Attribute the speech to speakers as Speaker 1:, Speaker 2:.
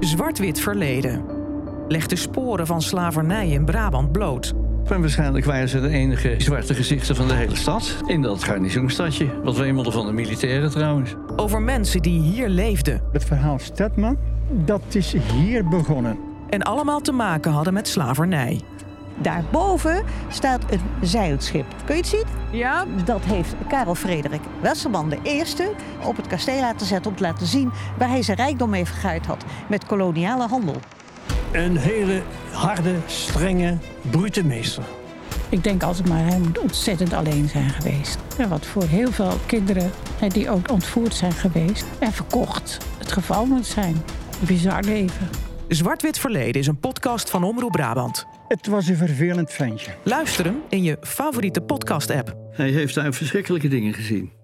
Speaker 1: Zwart-wit verleden legt de sporen van slavernij in Brabant bloot.
Speaker 2: En waarschijnlijk waren ze de enige zwarte gezichten van de hele stad. In dat garnizoenstadje. Wat wemelde van de militairen trouwens.
Speaker 1: Over mensen die hier leefden
Speaker 3: Het verhaal Stedman, dat is hier begonnen.
Speaker 1: en allemaal te maken hadden met slavernij.
Speaker 4: Daarboven staat een zeilschip. Kun je het zien?
Speaker 1: Ja,
Speaker 4: Dat heeft Karel Frederik Westerman de eerste op het kasteel laten zetten om te laten zien waar hij zijn rijkdom mee vergaard had met koloniale handel.
Speaker 5: Een hele harde, strenge, brute meester.
Speaker 6: Ik denk altijd maar, hij moet ontzettend alleen zijn geweest. Ja, wat voor heel veel kinderen hè, die ook ontvoerd zijn geweest en verkocht het geval moet zijn. Bizar leven.
Speaker 1: Zwart-wit verleden is een podcast van Omroep Brabant.
Speaker 3: Het was een vervelend ventje.
Speaker 1: Luister hem in je favoriete podcast-app.
Speaker 2: Hij heeft daar verschrikkelijke dingen gezien.